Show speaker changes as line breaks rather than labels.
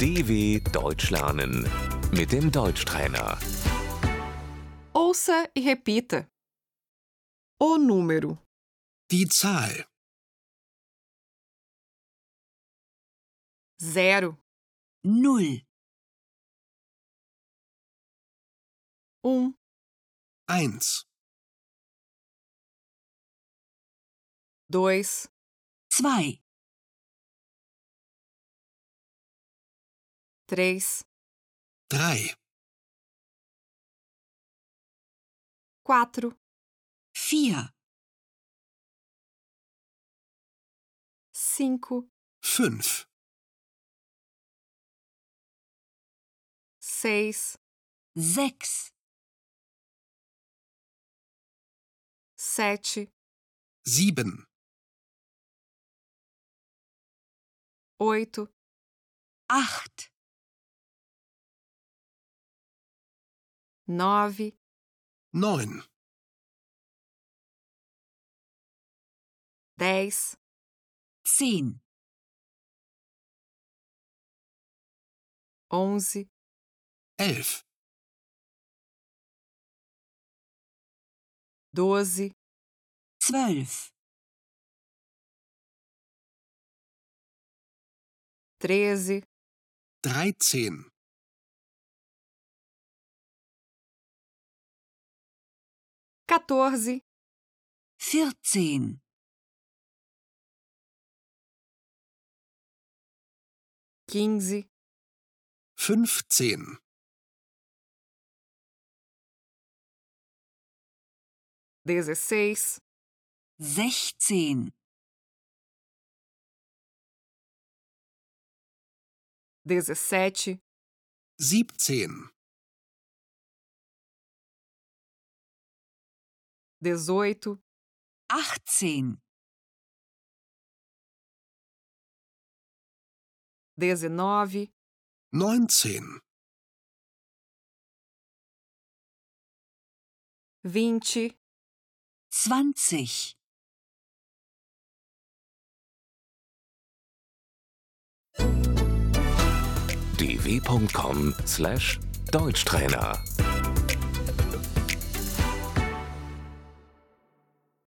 DW Deutsch lernen mit dem Deutschtrainer.
Ouça e repita. O número
Die Zahl
zero,
Null,
um,
1,
dois,
zwei,
três,
3,
quatro,
vier,
cinco,
5,
seis,
sechs,
sete,
7,
oito,
acht,
nove,
9,
dez,
zehn,
onze,
11,
doze,
zwölf,
treze,
13,
quatorze,
vierzehn,
quinze,
15,
dezesseis,
sechzehn,
dezessete,
17,
dezoito,
achtzehn,
dezenove,
19,
vinte,
zwanzig.
dw.com/deutschtrainer